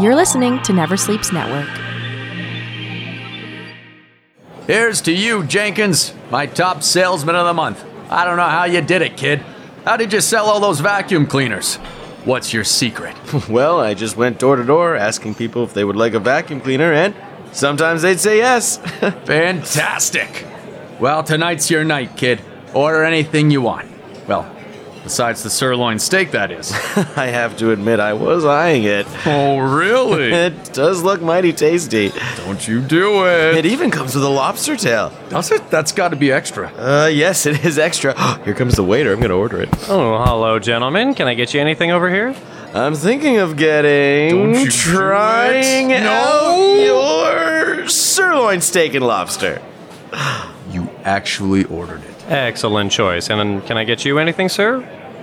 You're listening to Never Sleeps Network. Here's to you, Jenkins, my top salesman of the month. I don't know how you did it, kid. How did you sell all those vacuum cleaners? What's your secret? Well, I just went door to door asking people if they would like a vacuum cleaner, and sometimes they'd say yes. Fantastic! Well, tonight's your night, kid. Order anything you want. Well, besides the sirloin steak, that is. I have to admit, I was eyeing it. oh, really? It does look mighty tasty. Don't you do it. It even comes with a lobster tail. Does it? That's gotta be extra. Uh, yes, it is extra. Here comes the waiter. I'm gonna order it. Oh, hello, gentlemen. Can I get you anything over here? I'm thinking of getting Don't you do trying it. out your sirloin steak and lobster. You actually ordered it. Excellent choice. And can I get you anything, sir?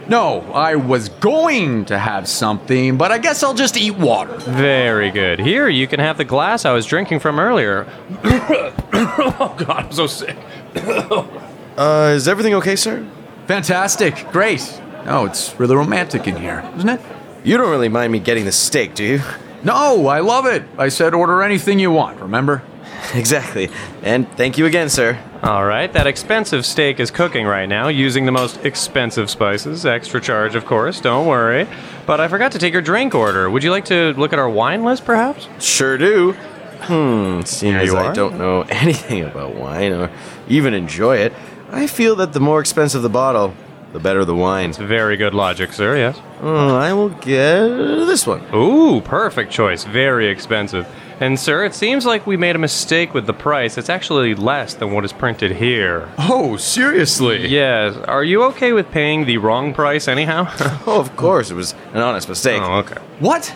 No, I was going to have something, but I guess I'll just eat water. Very good. Here, you can have the glass I was drinking from earlier. oh, God, I'm so sick. Uh, is everything okay, sir? Fantastic. Great. Oh, it's really romantic in here, isn't it? You don't really mind me getting the steak, do you? No, I love it. I said order anything you want, remember? exactly. And thank you again, sir. All right, that expensive steak is cooking right now using the most expensive spices. Extra charge, of course, don't worry. But I forgot to take your drink order. Would you like to look at our wine list, perhaps? Sure do. Hmm, seeing There as you I are. don't know anything about wine or even enjoy it, I feel that the more expensive the bottle, the better the wine. Very good logic, sir, yes. Oh, I will get this one. Ooh, perfect choice. Very expensive. And, sir, it seems like we made a mistake with the price. It's actually less than what is printed here. Oh, seriously? Yes. Are you okay with paying the wrong price anyhow? Oh, of course, it was an honest mistake. oh, okay. What?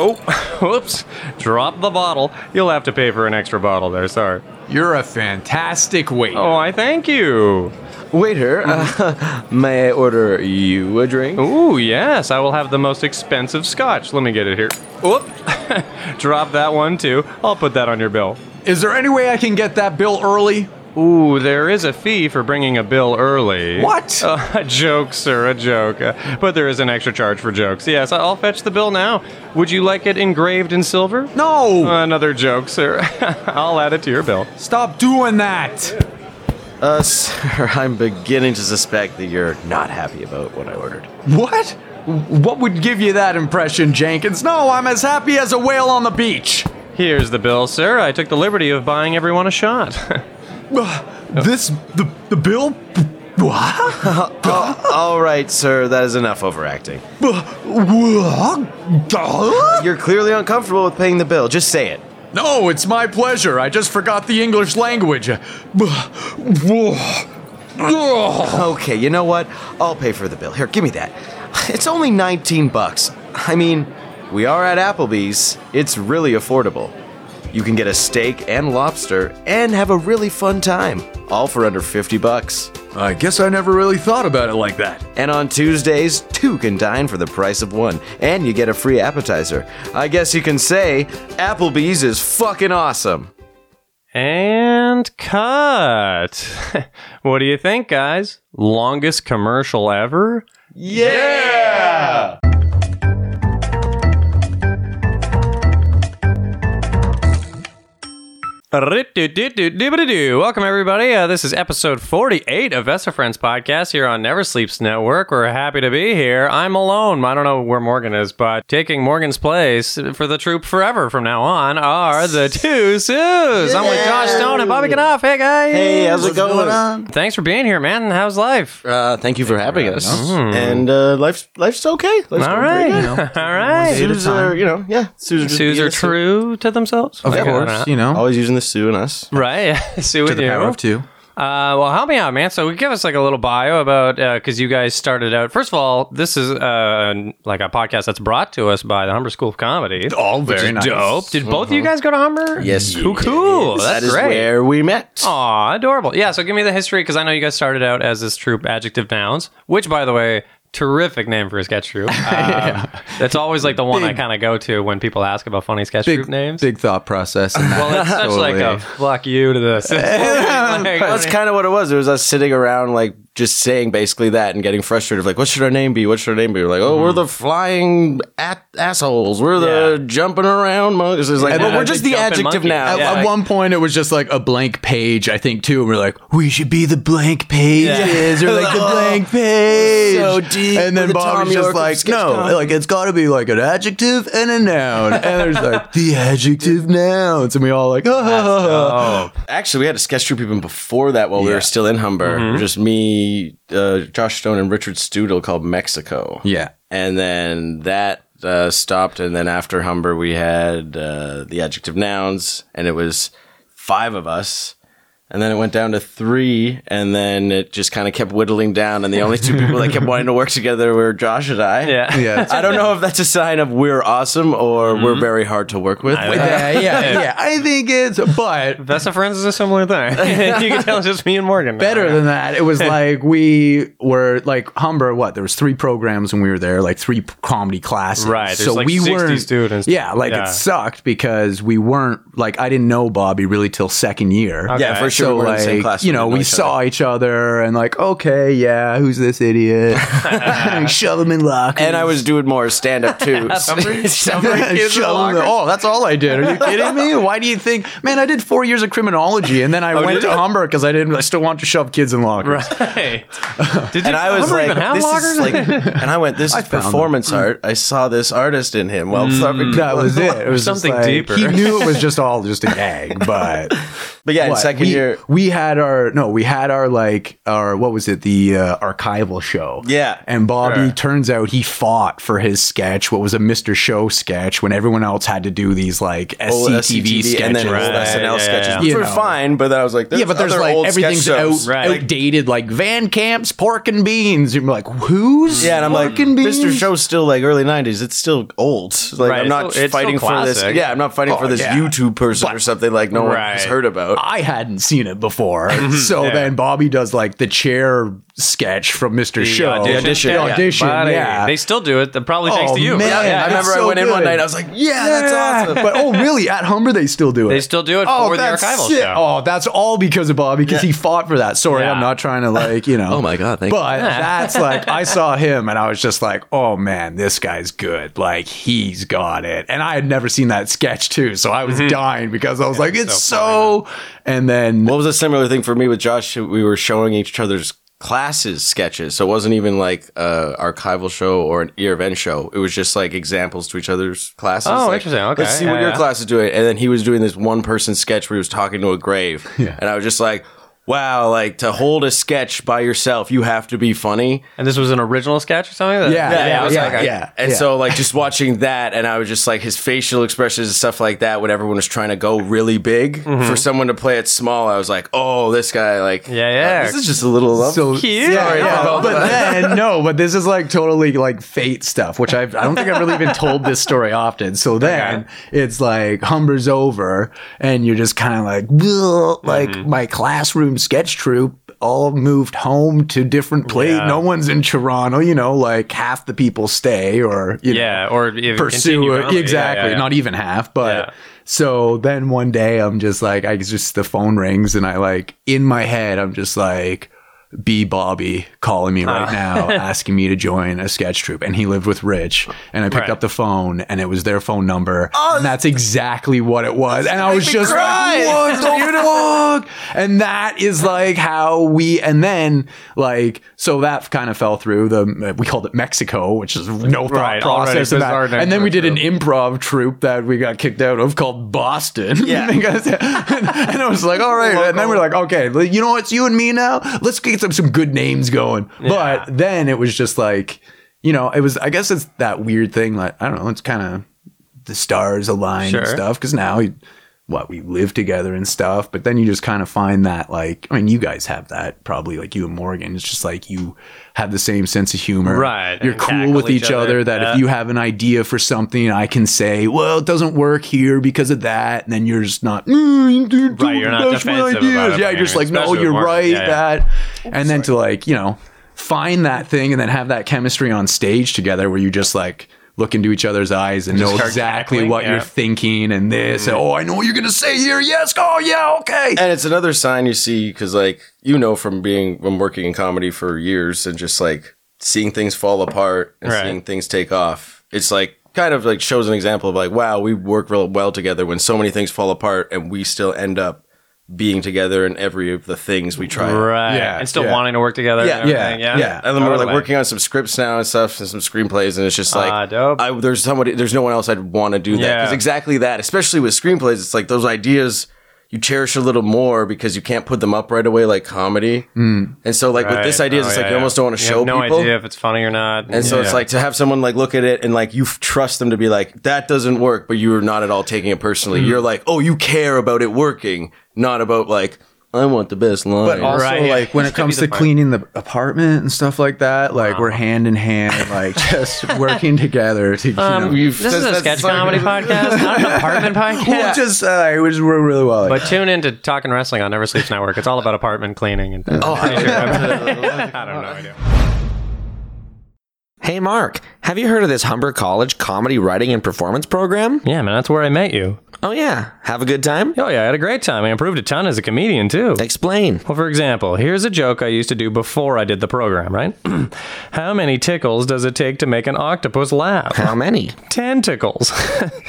Oh, whoops. Drop the bottle. You'll have to pay for an extra bottle there, sorry. You're a fantastic waiter. Oh, I thank you. Waiter, uh, may I order you a drink? Ooh, yes. I will have the most expensive scotch. Let me get it here. Whoop. Drop that one, too. I'll put that on your bill. Is there any way I can get that bill early? Ooh, there is a fee for bringing a bill early. What? Uh, a joke, sir, a joke. Uh, but there is an extra charge for jokes. Yes, I'll fetch the bill now. Would you like it engraved in silver? No! Another joke, sir. I'll add it to your bill. Stop doing that! Uh, sir, I'm beginning to suspect that you're not happy about what I ordered. What? What would give you that impression, Jenkins? No, I'm as happy as a whale on the beach. Here's the bill, sir. I took the liberty of buying everyone a shot. Ugh, Uh, This, the, the bill? What? All right, sir, that is enough overacting. You're clearly uncomfortable with paying the bill. Just say it. No, it's my pleasure. I just forgot the English language. Okay, you know what? I'll pay for the bill. Here, give me that. It's only 19 bucks. I mean, we are at Applebee's. It's really affordable. You can get a steak and lobster and have a really fun time, all for under 50 bucks. I guess I never really thought about it like that. And on Tuesdays, two can dine for the price of one, and you get a free appetizer. I guess you can say Applebee's is fucking awesome. and cut. what do you think, guys? Longest commercial ever? Rit-do-do-do-do-ba-do-do. Welcome, everybody. Uh, this is episode 48 of Vesa Friends Podcast here on Never Sleeps Network. We're happy to be here. I'm alone. I don't know where Morgan is, but taking Morgan's place for the troop forever from now on are the two Sues. I'm with Josh Stone and Bobby Knopf. Hey, guys. going Um, on? Thanks for being here, man. How's life? Uh, thank you for having us. And uh, life's life's okay. Life's All going pretty right. good. All right. Sues are, you know, yeah. Sues are, just Sues being are a Sue. true to themselves. Of course, you know, Always using the Sue and us. Right. Sue to with the you. power of two. Uh, well, help me out, man. So, give us like a little bio about because you guys started out. First of all, this is uh, like a podcast that's brought to us by the Humber School of Comedy. Oh, which very is nice. Dope. Did both of you guys go to Humber? Yes, Cool. cool. That That's is great. where we met. Aw, adorable. Yeah. So, give me the history because I know you guys started out as this troupe, adjective nouns, which, by the way. Terrific name for a sketch troupe. Um, That's always like the one I Big- kind of go to when people ask about funny sketch Big troupe names. big thought process. in that. well, it's such like Totally. a fuck you to this. Like, That's kind of what it was. It was us sitting around, like just saying basically that and getting frustrated. Like, what should our name be? What should our name be? We're like, oh, we're the flying at- assholes. We're the Mm-hmm. Yeah. jumping around monkeys. It's like, And well, then we're I just think the jumping adjective monkey. now. Yeah. At, at like- one point, it was just like a blank page, I think, too. And we're like, we should be the blank pages, or like the blank page. so deep And with then the Bobby's Tom York just of like, sketch no, comedy." like it's got to be like an adjective and a noun. And there's like the adjective nouns, and we all like, oh, Oh, Actually, we had a sketch group even before that while we Yeah. were still in Humber. Mm-hmm. Just me, uh, Josh Stone, and Richard Studel called Mexico. yeah, and then that uh, stopped. And then after Humber, we had uh, the adjective nouns, and it was five of us. And then it went down to three, and then it just kind of kept whittling down. And the only two people that kept wanting to work together were Josh and I. yeah. yeah. I don't know if that's a sign of we're awesome or we're very hard to work with. Mm-hmm. don't yeah, yeah, yeah. I think it's, but Vesta Friends is a similar thing. you can tell it's just me and Morgan. now. better than that. It was like we were like Humber. What there was three programs when we were there, like three p- comedy classes. Right, there's So like we 60 weren't students. Yeah, like Yeah. it sucked because we weren't like I didn't know Bobby really till second year. Okay. Yeah, for sure. So we were in the same like class. you we know didn't we each other. saw each other and like okay yeah who's this idiot shove him in lock And I was doing more stand up too. shove him in the- oh that's all I did are you kidding me why do you think man I did four years of criminology and then I went to Humber because I didn't I still want to shove kids in lockers Right. Did you and I was Humber like, even have "This lockers? is like," and I went, "This is found them. Mm. performance art." I saw this artist in him. Well, sorry. That was it. It was just Something like- deeper. He knew it was just all just a gag, but but yeah, in what, second we, year, we had our no, we had our like our what was it the uh, archival show? Yeah. and Bobby Sure. turns out he fought for his sketch. What was a Mister Show sketch when everyone else had to do these like old SCTV SCTV sketches. and then old Right, SNL yeah, sketches, yeah. which You were know. fine. But then I was like, there's yeah, but there's other like old everything's sketch shows. out, Right. outdated, like Van Camp's Pork and Beans. You're like, who's Yeah, and I'm like, Pork and Beans? Mr. Show's still like early '90s. It's still old. It's Like Right, I'm it's not still- it's fighting still for this. classic. Yeah, I'm not fighting for this Oh, yeah. YouTube person or something like no one Right. has heard about. I hadn't seen it before. so Mm-hmm. Yeah. then Bobby does like the chair sketch from Mr. Show. audition? The audition. Yeah. Buddy, They still do it. That probably thanks Oh, to you. man. Yeah, I yeah. it's remember I so went in one good. night. and I was like, yeah, that's awesome. But oh, really? At Humber, they still do it. Oh, They still do it for the that's archival sick. show. Oh, that's all because of Bobby because he fought for that. Sorry, Yeah. I'm not trying to like you know. Oh my God, thank but that's like I saw him and I was just like, oh man, this guy's good. Like he's got it. And I had never seen that sketch too, so I was dying because I was like, Mm-hmm. it's so. and then What was a similar thing for me with Josh? We were showing each other's classes sketches, so it wasn't even like a archival show or an year event show. It was just like examples to each other's classes. Oh, Like, interesting. Okay. let's see Yeah, what your yeah. class is doing. And then he was doing this one person sketch where he was talking to a grave, and I was just like, wow, like to hold a sketch by yourself, you have to be funny. And this was an original sketch or something? Yeah, Yeah, yeah, it was yeah, like a- yeah, And yeah. so, like, just watching that, and I was just like, his facial expressions and stuff like that, when everyone was trying to go really big Mm-hmm. for someone to play it small, I was like, oh, this guy, like, Yeah, yeah. uh, this is just a little love. So Cute. Yeah, Sorry, yeah. no. but then no, but this is like totally like fate stuff, which I've, I don't think I've really been told this story often. So then it's like Humber's over, and you're just kind of like, "Ugh," like Mm-hmm. my classroom sketch troupe all moved home to different place. Yeah. No one's in Toronto, you know, like half the people stay or you know, Yeah, or if pursue continue on. it. Yeah, Exactly. yeah, yeah. Not even half, but Yeah. so then one day I'm just like, I just, the phone rings and I like, in my head, I'm just like, B Bobby calling me Ah. right now, asking me to join a sketch troupe. And he lived with Rich. And I picked Right. Oh, up the phone and it was their phone number. and that's exactly what it was. And I was me just cry. like, what the fuck? And that is like how we, and then like, so that kind of fell through the, we called it Mexico, which is no thought Right, already process. in that. bizarre name And then for we a did an troupe. improv troupe that we got kicked out of called Boston. Yeah. Because- and, and I was like, all right. And then we're like, okay, li- you know what? It's you and me now. Let's get some, some good names going. But then it was just like, you know, it was, I guess it's that weird thing. Like, I don't know, it's kind of the stars align Sure. and stuff. Cause now, you- what we live together and stuff. But then you just kind of find that, like, I mean, you guys have that probably, like you and Morgan. It's just like you have the same sense of humor. Right, You're and cool tackle with each each other. other, That yeah. if you have an idea for something, I can say, well, it doesn't work here because of that. And then you're just not, mm, dude, Right, you're not that's my defensive ideas." about it Yeah, by you're just any like, means, no, especially you're with Morgan. right. Yeah, yeah. That. And then to like, you know, find that thing and then have that chemistry on stage together where you just like, look into each other's eyes and know start exactly cackling, what yeah. Mm-hmm. you're thinking and this. And, oh, I know what you're gonna say here. Yes. Oh, yeah. Okay. And it's another sign you see because, like, you know, from being from working in comedy for years and just like seeing things fall apart and Right. seeing things take off. It's like kind of like shows an example of like, wow, we work real well together when so many things fall apart and we still end up being together in every of the things we try. Right. Yeah, And still yeah. wanting to work together. Yeah, and yeah, everything, yeah. And then we're Totally. like working on some scripts now and stuff and some screenplays, and it's just like Ah, dope. I, there's somebody, there's no one else I'd want to do that Yeah. because exactly that, especially with screenplays, it's like those ideas you cherish a little more because you can't put them up right away like comedy, and so like with this Right. idea, Oh, it's yeah, like you yeah. almost don't want to You show have no people. idea if it's funny or not. And so it's like to have someone like look at it and like you f- trust them to be like that doesn't work, but you're not at all taking it Hmm. personally. You're like, oh, you care about it working, not about like I want the best line. But also, Right, yeah. like when it comes Be the to fun. cleaning the apartment and stuff like that, like we're hand in hand, like just working together to, you Um, know. this is a that's- sketch that's like- comedy podcast, not an apartment podcast. Well, just uh, it was worked really well. But tune in to Talking Wrestling on Never Sleeps Network. It's all about apartment cleaning and. Oh, I, don't know. I do. Hey, Mark, have you heard of this Humber College comedy writing and performance program? Yeah, man, that's where I met you. Oh, yeah. Have a good time? Oh yeah, I had a great time. I improved a ton as a comedian too. Explain. Well, for example, here's a joke I used to do before I did the program, right? How many tickles does it take to make an octopus laugh? How many? Ten tickles.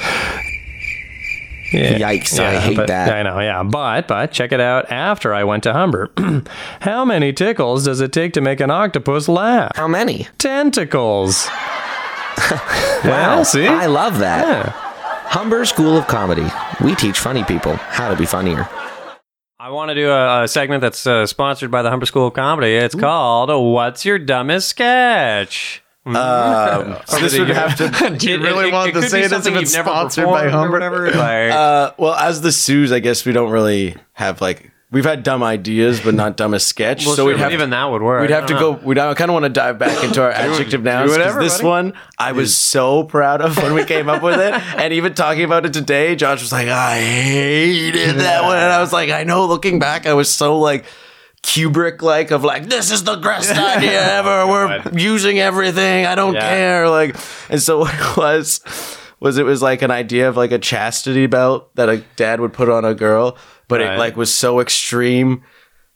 yeah. Yikes, I hate but- that. I know, yeah. But, but, check it out after I went to Humber. How many tickles does it take to make an octopus laugh? How many? Tentacles. wow. Oh, See? Oh, I love that. Yeah. Humber School of Comedy. We teach funny people how to be funnier. I want to do a, a segment that's uh, sponsored by the Humber School of Comedy. It's called "What's Your Dumbest Sketch." Um, so this would have to. Do you really want to say this if it's sponsored by Humber? Uh, well, as the Sues, I guess we don't really have like we've had dumb ideas, but not dumbest sketch. so we'd have even that would work. Uh, We'd have to I go. We I kind of want to dive back into our adjective nouns. 'cause whatever, This buddy. one I was so proud of when we came up with it, and even talking about it today, Josh was like, "I hated that one," and I was like, "I know." Looking back, I was so like Kubrick like of like, "This is the best idea ever. We're using everything. I don't Oh Yeah. care." Like, and so what it was was it was like an idea of like a chastity belt that a dad would put on a girl, but Right. it like was so extreme,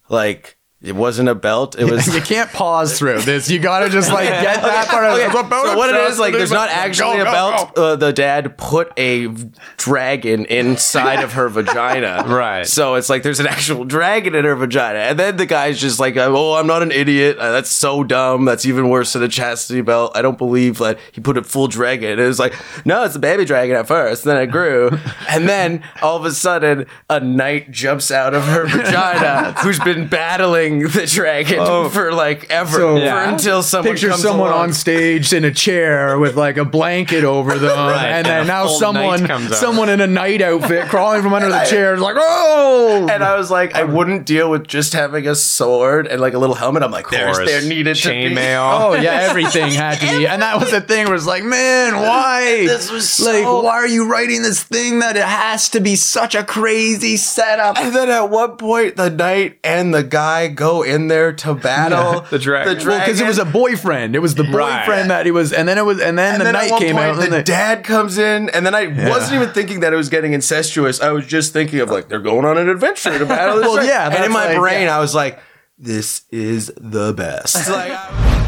like. It wasn't a belt. It was you can't pause through this. You gotta just like get that part. Of, so what it is like there's not actually a belt uh, the dad put a v- dragon inside of her vagina Right. so it's like there's an actual dragon in her vagina and then the guy's just like oh i'm not an idiot Uh, that's so dumb that's even worse than a chastity belt i don't believe that he put a full dragon it was like no it's a baby dragon at first then it grew and then all of a sudden a knight jumps out of her vagina who's been battling the dragon for like ever Oh. So- for Yeah. until someone Picture comes someone along. on stage in a chair with like a blanket over them, and then and a now full someone, knight comes out. someone in a night outfit crawling from under the chair, like oh, And I was like, I wouldn't deal with just having a sword and like a little helmet. I'm like, there's course. there needed to be. Chainmail. Oh yeah, everything had to be, and that was the thing. Where it's like, man, why? This was so- like, why are you writing this thing that it has to be such a crazy setup? And then at one point, the knight and the guy go in there to battle the dragon. Well, because it was a boyfriend. It was the boyfriend Right. that he was, and then it was, and then and the then at night one came point, out. the and then dad comes in, and then I wasn't even thinking that it was getting incestuous. I was just thinking of like they're going on an adventure to battle. This Well, dragon. yeah, and in that's my like- brain, I was like, this is the best. like, I-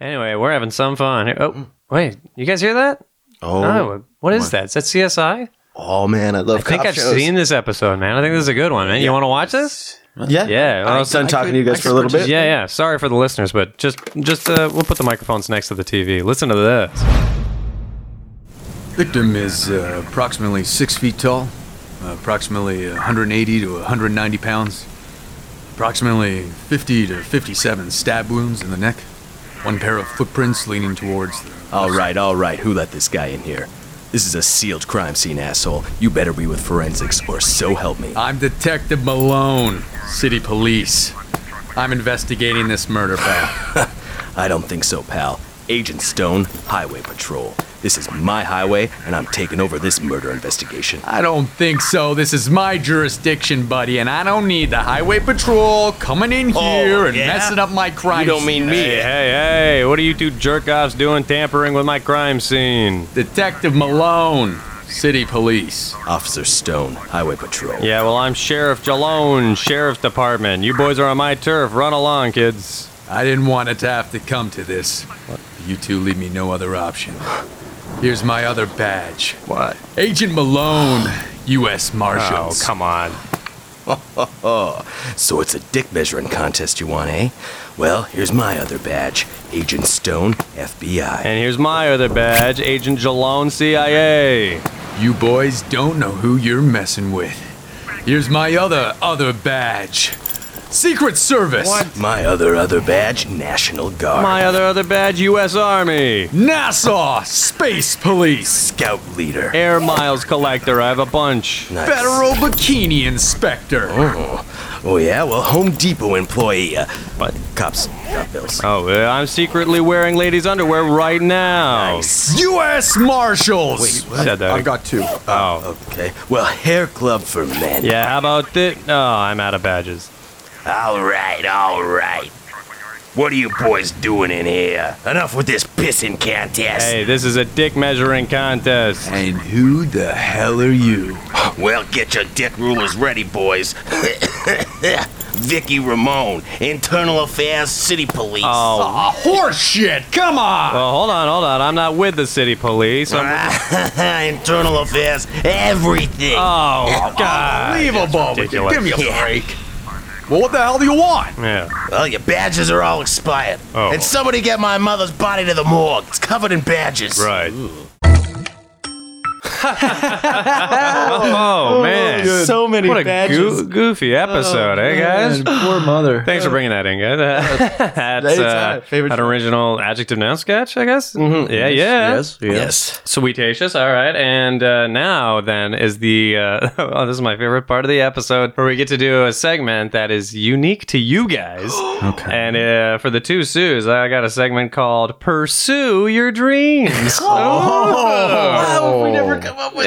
Anyway, we're having some fun. Oh, wait, you guys hear that? Mm. oh, Oh, what is that? Is that CSI? oh man, I love. I think cop I've shows. seen this episode, man. I think this is a good one, man. You want to watch this? Yeah, Yeah, I well, was done talking to you guys for a little bit. Yeah, yeah. Sorry for the listeners, but just, just uh, we'll put the microphones next to the TV. Listen to this. victim is uh, approximately six feet tall, approximately 180 to 190 pounds, approximately 50 to 57 stab wounds in the neck, one pair of footprints leaning towards the All right, all right, who let this guy in here? This is a sealed crime scene, asshole. You better be with forensics, or so help me. I'm Detective Malone, City Police. I'm investigating this murder, pal. I don't think so, pal. Agent Stone, Highway Patrol. This is my highway, and I'm taking over this murder investigation. I don't think so. This is my jurisdiction, buddy, and I don't need the highway patrol coming in here and Oh, yeah? messing up my crime. You don't mean me. Hey, hey, hey, what are you two jerk offs doing tampering with my crime scene? Detective Malone, City Police. Officer Stone, Highway Patrol. Yeah, well, I'm Sheriff Jalone, Sheriff's Department. You boys are on my turf. Run along, kids. I didn't want it to have to come to this. You two leave me no other option. Here's my other badge. What? Agent Malone, U.S. Oh, Marshals. come on. So it's a dick measuring contest you want, eh? Well, here's my other badge Agent Stone, FBI. And here's my other badge, Agent Jalone, CIA. You boys don't know who you're messing with. Here's my other, other badge. Secret Service. My other other badge, National Guard. My other other badge, U.S. Army. NASA, Space Police. Scout Leader. Air miles collector. I have a bunch. Nice. Federal Bikini Inspector. Oh. oh, yeah, well, Home Depot employee. Uh, what? Cops. Cop bills. Oh, uh, I'm secretly wearing ladies' underwear right now. Nice. U.S. Marshals. Said that. I've got two. oh. Okay. Well, hair club for men. Yeah, how about this? Oh, I'm out of badges. All right, all right. What are you boys doing in here? Enough with this pissing contest. Hey, this is a dick measuring contest. And who the hell are you? Well, get your dick rulers ready, boys. Vicky Ramon, Internal Affairs City Police. Oh. Ah, horseshit! Come on! Well, hold on, hold on. I'm not with the city police. I'm- Internal Affairs, everything. oh, God. Unbelievable! That's ridiculous. Oh, Give me a Yeah. break. Well, what the hell do you want? Yeah. Well, your badges are all expired. Oh. And somebody get my mother's body to the morgue. It's covered in badges. Right. oh, man. So many what a badges. goo- goofy episode, eh, Oh, guys? poor mother. Thanks for bringing that in, guys. That's uh, Anytime. Favorite an show. original adjective noun sketch, I guess. Mm-hmm. Yeah, yeah. Yes. Sweetacious. All right. And uh, now, then, is the. Uh, oh, this is my favorite part of the episode where we get to do a segment that is unique to you guys. okay. And uh, for the two Sues, I got a segment called Pursue Your Dreams. Oh, we never come up with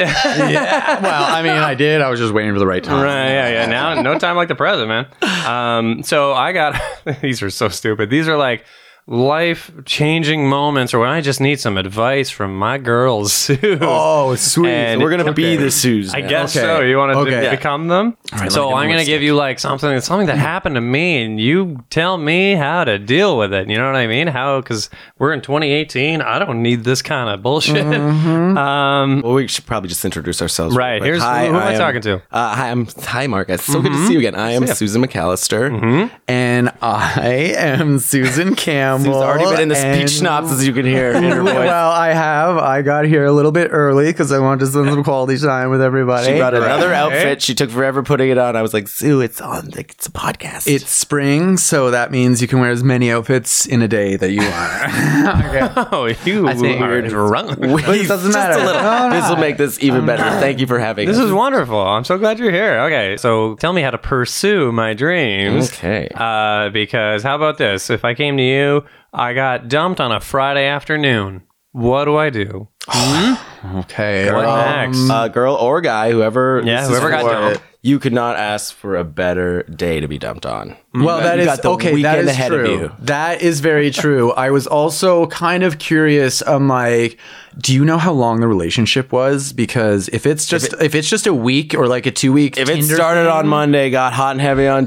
that. well, I mean, I did. I was just waiting for the right time. Right, yeah, yeah. Now, no time like the present, man. Um, so I got these are so stupid. These are like life changing moments, or when I just need some advice from my girls. Sue. Oh, sweet. And- We're gonna be the Sues. I now. guess okay. so. You want to Okay. become them? so I'm gonna give you like something, something that happened to me, and you tell me how to deal with it. You know what I mean? How? Because we're in 2018. I don't need this kind of bullshit. Mm-hmm. Um, Well, we should probably just introduce ourselves. Right, real quick. here's- who am I talking to? Mm-hmm. Uh, hi, I'm hi Marcus. So good to see you again. I am Susan McAllister. And I am Susan Campbell. She's already been in the and- speech snaps, as you can hear in her voice. Well, I have. I got here a little bit early because I wanted to spend some quality time with everybody. she brought another outfit. She took forever putting it on. I was like, Sue, it's on. Like, it's a podcast. It's spring, so that means you can wear as many outfits in a day that you want. oh, you think are we're- drunk. but it doesn't matter. this will make this even better. Thank you for having This us. is wonderful. I'm so glad you're here. Okay, so tell me how to pursue my dreams. Okay. Uh, because how about this? If I came to you, I got dumped on a Friday afternoon. What do I do? okay. What next? uh, girl or guy, whoever. Yeah, this is whoever got for, dumped. You could not ask for a better day to be dumped on. Well, that Mm. you is got the okay. That weekend is ahead of true. you. That is very true. I was also kind of curious. I'm like, do you know how long the relationship was? Because if it's just if, it's just a week or like a two week, If it started on Monday, got hot and heavy on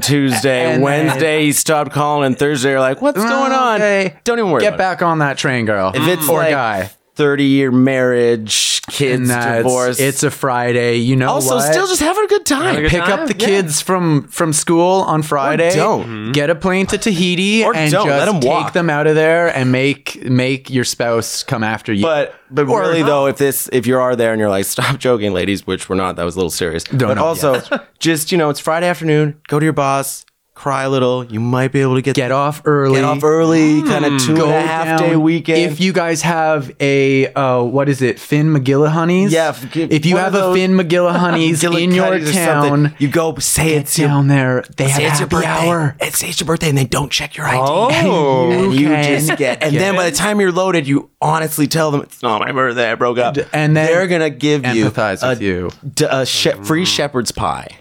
Tuesday, And then- Wednesday he stopped calling, and Thursday you're like, "What's going on?" Don't even worry. Get about back on that train, girl. It. If it's or like guy, thirty-year marriage, kids, and that's divorce, it's a Friday. You know, also what? still just having a good time. a good pick time, up the yeah. Hmm. kids from from school on Friday. don't. get a plane to Tahiti Or and don't. just Let 'em take walk. them out of there and make make your spouse come after you. But but really though, if this if you are there and you're like, stop joking, ladies, which we're not, that was a little serious. but no, also, just you know, it's Friday afternoon. Go to your boss. cry a little. You might be able to get Get off early. Mm. get off early, kind of two and a half day down. weekend. If you guys have a uh, what is it, Finn McGillihoney's? Yeah, if- If you one have of a those- Finn McGillihoney's in your Gillicuddy's or something, town, you go say it's your down there, they have say it's your happy birthday. hour. It's, it's your birthday, and they don't check your ID. Oh. and you can just get. And then by the time you're loaded, you honestly tell them it's not my birthday. I broke up. and then they're gonna give you empathize a, with you. d- a she- free shepherd's pie.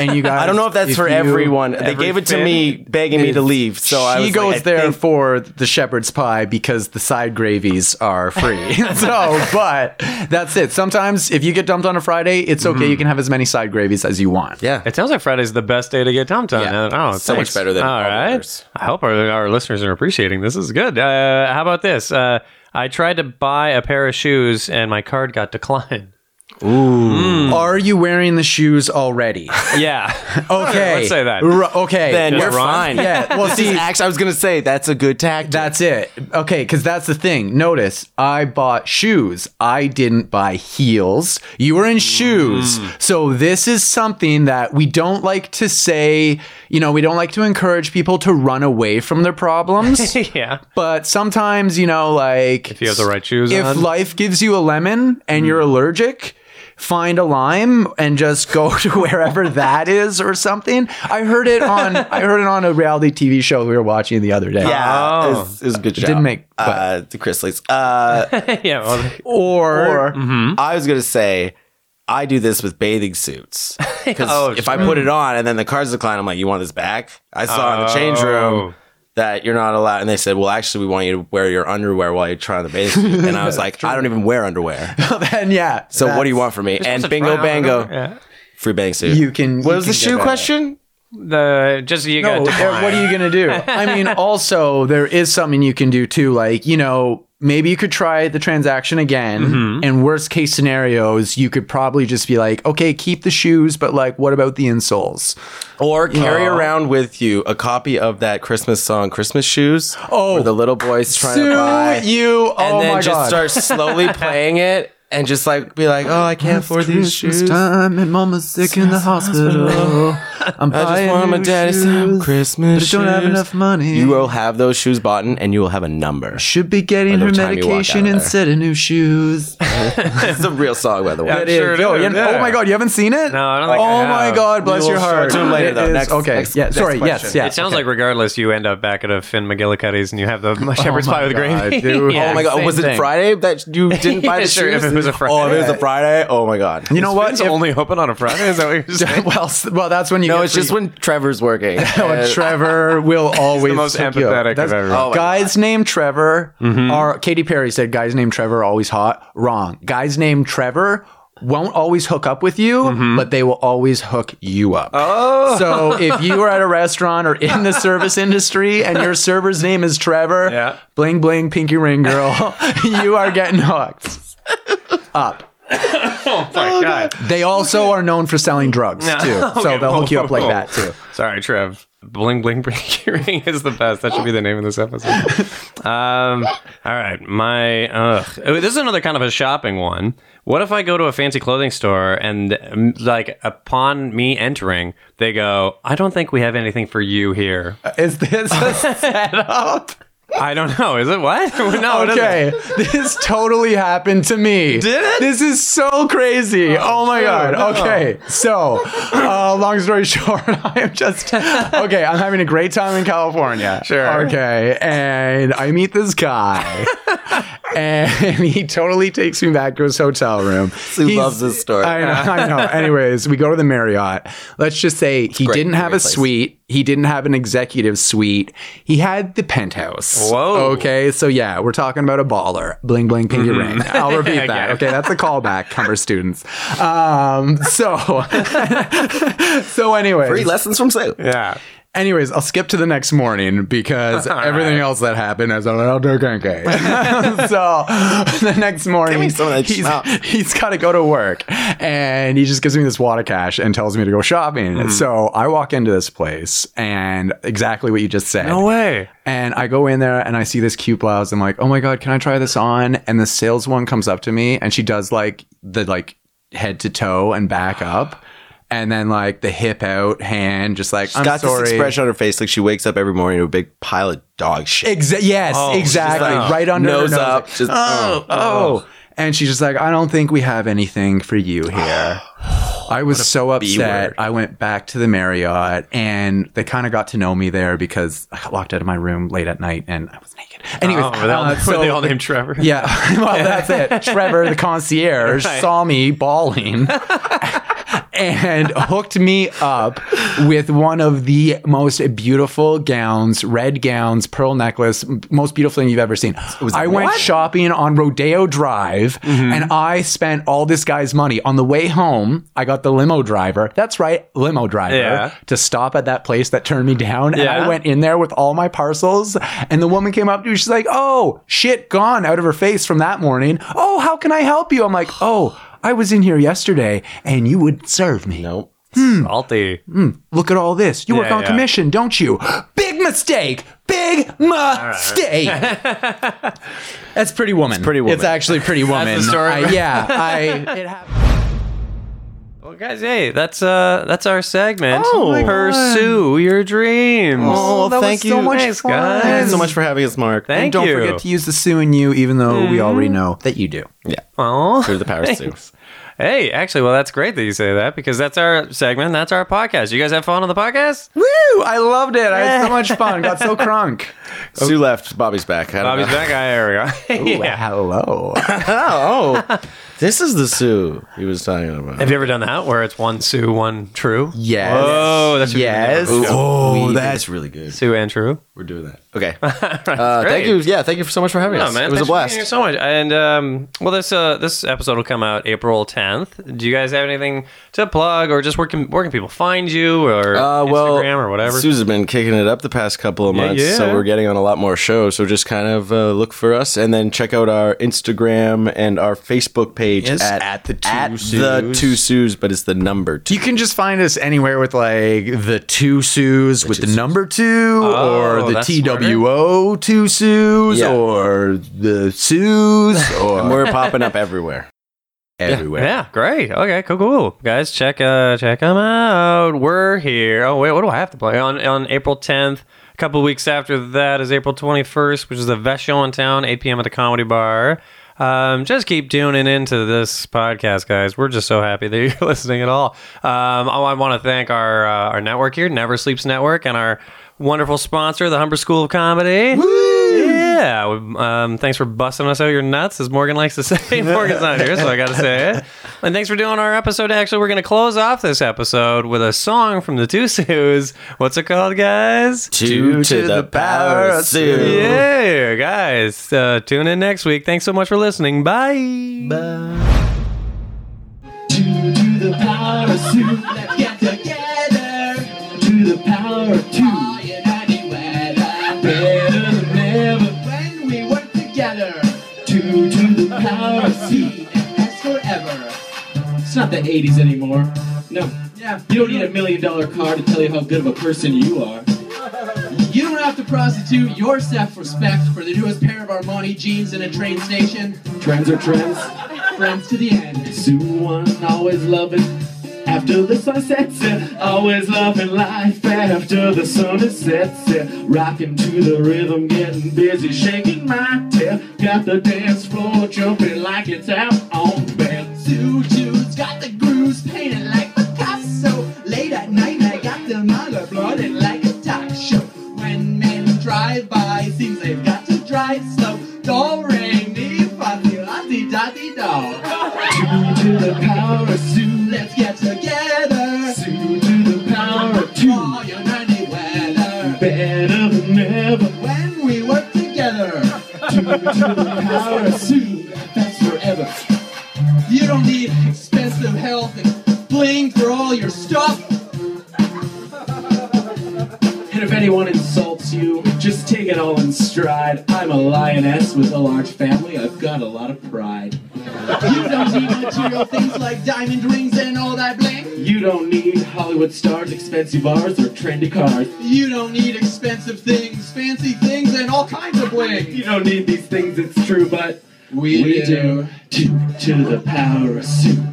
And you guys, I don't know if that's if for you- everyone. They every gave it to Finn me, begging me to leave. So I she was goes like, I there think- for the shepherd's pie because the side gravies are free. so, but that's it. Sometimes if you get dumped on a Friday, it's okay. You can have as many side gravies as you want. Mm-hmm. yeah. It sounds like Friday's the best day to get dumped on. Yeah. Oh, So much thanks. better than all all the right. others. I hope our, our listeners are appreciating this. This is good. Uh, how about this? Uh, I tried to buy a pair of shoes and my card got declined. Mm. Are you wearing the shoes already? Yeah. Okay. Let's say that. Ru- okay. Then Just you're fine. run. Yeah, well, This see- is actually, I was gonna say that's a good tactic. That's it. Okay, because that's the thing. Notice I bought shoes. I didn't buy heels. You were in Mm. shoes. So this is something that we don't like to say, you know, we don't like to encourage people to run away from their problems. yeah. but sometimes, you know, like If you have the right shoes if on. life gives you a lemon and you're allergic, find a lime and just go to wherever that is or something. I heard it on I heard it on a reality TV show we were watching the other day. yeah, Oh. it, was, it was a good job. didn't make- but- uh, the Chrisleys. Uh, yeah. Well, Or, Or I was gonna say, I do this with bathing suits because Oh, if I put it on and then the cards decline, I'm like, "You want this back?" I saw in the change room that you're not allowed, and they said, "Well, actually, we want you to wear your underwear while you try on the bathing suit." And I was like, "I don't even wear underwear, then yeah. so what do you want from me?" And bingo, bango, Yeah. free bathing suit. You can. what you was the can shoe get that. question? The just you No, got declined. what are you gonna do? I mean, also there is something you can do too. Like you know, maybe you could try the transaction again. And worst case scenarios, you could probably just be like, okay, keep the shoes, but like, what about the insoles? Or carry around with you a copy of that Christmas song, Christmas Shoes. Oh. where the little boys trying to buy. Sue you! and oh then my just god! start slowly playing it and just like be like, oh, I can't afford these shoes. time and mama's sick in the hospital. I'm I just want my daddy's some Christmas shoes. but I don't have enough money. You will have those shoes bought in, and you will have a number. Should be getting By her the time you walk out medication of there. instead of new shoes. It's a real song, by the way. That is- Sure it Yo, you- yeah. Oh my god, you haven't seen it? No, I don't think Oh I have. my god, bless We will your show heart. it to him later, though. It is- Next- okay, next- yeah. next sorry, yes, question. yeah. It sounds like regardless, you end up back at a Finn McGillicuddy's and you have the shepherd's pie with gravy. Oh dude. Yeah, Oh my god, same was it thing. Friday that you didn't buy Yeah, the sure, shoes? if it was a Oh, if it was Friday. a Friday. Oh my god. you know what? It's If- only open on a Friday. Is that what you're saying? well, s- well, that's when you. no, get it's just free- when Trevor's working. Oh, and Trevor will always most hook you empathetic up. of That's- everyone. Oh my guys named Trevor Mm-hmm. are Katy Perry said guys named Trevor are always hot. Wrong. Guys named Trevor won't always hook up with you, Mm-hmm. but they will always hook you up. Oh. So if you are at a restaurant or in the service industry and your server's name is Trevor, Yeah. bling bling pinky ring girl, you are getting hooked. Up. Oh Oh, my god. They also are known for selling drugs too. So Okay, they'll hook you up like whoa, whoa, that too. Oh. Sorry, Trev. Bling bling blinky ring is the best. That should be the name of this episode. Um, all right, my ugh. Oh, This is another kind of a shopping one. What if I go to a fancy clothing store and um, like upon me entering, they go, "I don't think we have anything for you here." Is this a setup? I don't know. Is it what? no. it isn't. Okay, this totally happened to me. Did it? This is so crazy. Oh, my god. Okay, so uh, long story short, I'm just okay. I'm having a great time in California. Sure. Okay, and I meet this guy, and he totally takes me back to his hotel room. Sue He's- loves this story. I know. I know. Anyways, we go to the Marriott. Let's just say he great. didn't have a Great place. suite. He didn't have an executive suite. He had the penthouse. Whoa. Okay. So yeah, we're talking about a baller. Bling bling pinky ring. Mm-hmm. I'll repeat that. Okay, that's a callback, Cumber students. Um, so so Free anyways. lessons from Sue. Yeah. Anyways, I'll skip to the next morning because everything else that happened is a little different. okay. so the next morning, some of that he's, smell. he's got to go to work, and he just gives me this wad of cash and tells me to go shopping. Mm-hmm. So I walk into this place, and exactly what you just said. No way. And I go in there and I see this cute blouse. I'm like, oh my god, can I try this on? And the sales one comes up to me and she does like the like head to toe and back up. and then like the hip out hand, just like I'm got sorry. this expression on her face like she wakes up every morning to a big pile of dog shit. Exa- yes, exactly. Oh, like, right under nose her uh, nose. up, just, oh, oh. And she's just like, I don't think we have anything for you here. I was so upset. B-word. I went back to the Marriott and they kind of got to know me there because I got locked out of my room late at night and I was naked. Anyways, Oh, were they all, uh, were they so- all named Trevor? yeah, well, that's it. Trevor, the concierge, Right. saw me bawling and hooked me up with one of the most beautiful gowns, red gowns, pearl necklace, m- most beautiful thing you've ever seen. I went shopping on Rodeo Drive Mm-hmm. and I spent all this guy's money. On the way home, I got the limo driver. That's right, limo driver Yeah. to stop at that place that turned me down. And Yeah. I went in there with all my parcels. And the woman came up to me. She's like, Oh, shit gone out of her face from that morning. Oh, how can I help you? I'm like, Oh, I was in here yesterday and you would serve me. Nope. Salty. Look at all this. You work Yeah, on yeah. commission, don't you? Big mistake. Big mistake. That's Pretty Woman. It's Pretty Woman. It's actually Pretty Woman. the story. I- yeah. I, it happened. Well, guys, hey, that's uh, that's our segment. Oh Pursue your dreams. Oh, that was thank so you. much Thanks, fun. guys. Thank you so much for having us, Mark. Thank And don't you. forget to use the Sue and you, even though we already know that you do. Aw. Through the powers too. Hey, actually, well, that's great that you say that because that's our segment. That's our podcast. You guys have fun on the podcast? Woo! I loved it. I had so much fun. Got so crunk. Sue left. Bobby's back. I don't Bobby's know. back. guy. There we go. Ooh, Hello. Oh, this is the Sue he was talking about. Have you ever done that where it's one Sue, one true? Yes. Oh, that's yes. Oh, that's really good. Sue and true. We're doing that. Okay. Uh, thank you. Yeah, thank you so much for having No, us. man. It was a thanks for being blast. here so much. And um, well, this uh, this episode will come out April 10th. Do you guys have anything to plug, or just where can where can people find you, or Uh, well, Instagram, or whatever? Sue's been kicking it up the past couple of months, yeah. so we're getting on a lot more shows. So just kind of uh, look for us, and then check out our Instagram and our Facebook page Yes, at, at the Two at the Sues. two Sues, but it's the number two. You can just find us anywhere with like the two Sues with the number two, Oh, or the that's TWO two Sues, Yeah. or the Sues, And or we're popping up everywhere. everywhere. Yeah, great. Okay, cool, cool. Guys, check uh check them out. We're here. Oh wait, what do I have to play on on April 10th? A couple weeks after that is April 21st, which is the best show in town, 8 p.m. at the Comedy Bar. Um, just keep tuning into this podcast, guys. We're just so happy that you're listening at all. Um, oh, I want to thank our uh, our network here, Never Sleeps Network, and our wonderful sponsor, the Humber School of Comedy. Yeah. we- Um, thanks for busting us out your nuts, as Morgan likes to say. Morgan's not here, so I got to say it. And thanks for doing our episode. Actually, we're going to close off this episode with a song from the Two Sues. What's it called, guys? Two to the power of Sue. Yeah, guys. Uh, tune in next week. Thanks so much for listening. Bye. Two to the power of two, let's get together. To the power of two, in any weather. Better than ever when we work together. Two to the power of C, and S forever. It's not the 80s anymore. No. Yeah. You don't need a million dollar car to tell you how good of a person you are. You don't have to prostitute your self-respect for the newest pair of Armani jeans in a train station. Trends are trends. Friends to the end. Sue one, always loving. After the sun sets, yeah. always loving life. After the sun is sets, yeah. rocking to the rhythm, getting busy, shaking my tail. Got the dance floor jumping like it's out on bed. Sue Jude's got the grooves painted like Picasso. Late at night, I got them all applauding like a talk show. When men drive by, seems they've got to drive slow. Do re mi fa ti la ti da ti do. Two to the power of two, let's get together. Two to the power of two, all your nanny weather. Better than ever when we work together. Two to the power of two, that's forever. You don't need expensive health and bling for all your stuff. And if anyone insults you, just take it all in stride. I'm a lioness with a large family, I've got a lot of pride. You don't need material things like diamond rings and all that bling. You don't need Hollywood stars, expensive bars, or trendy cars. You don't need expensive things, fancy things, and all kinds of bling. You don't need these things, it's true, but we, do. Two to the power of two,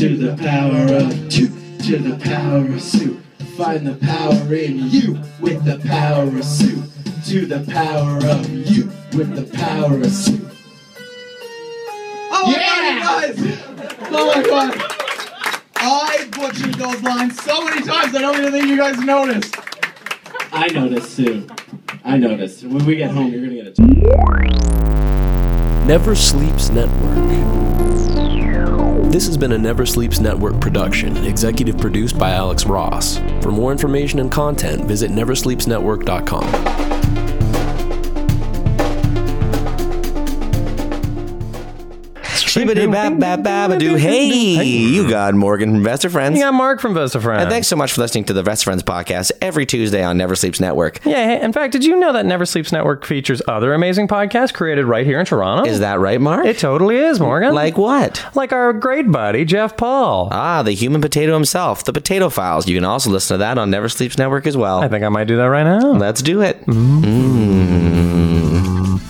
to the power of two, to the power of soup. Find the power in you with the power of soup. To the power of you with the power of soup. Oh Yeah! my god, you guys! Oh my god! I butchered those lines so many times. I don't even think you guys noticed. I noticed too. I noticed. When we get home, you're gonna get a. Never Sleeps Network. This has been a Never Sleeps Network production, executive produced by Alex Ross. For more information and content, visit neversleepsnetwork.com. Shibbity-bap-bap-bap-a-doo. Hey, you got Morgan from Best of Friends. You got Mark from Best of Friends. And thanks so much for listening to the Best of Friends podcast every Tuesday on Never Sleeps Network. Yeah, hey, in fact, did you know that Never Sleeps Network features other amazing podcasts created right here in Toronto? Is that right, Mark? It totally is, Morgan. like what? like our great buddy Jeff Paul. Ah, the human potato himself, the Potato Files. You can also listen to that on Never Sleeps Network as well. I think I might do that right now. Let's do it. Mm.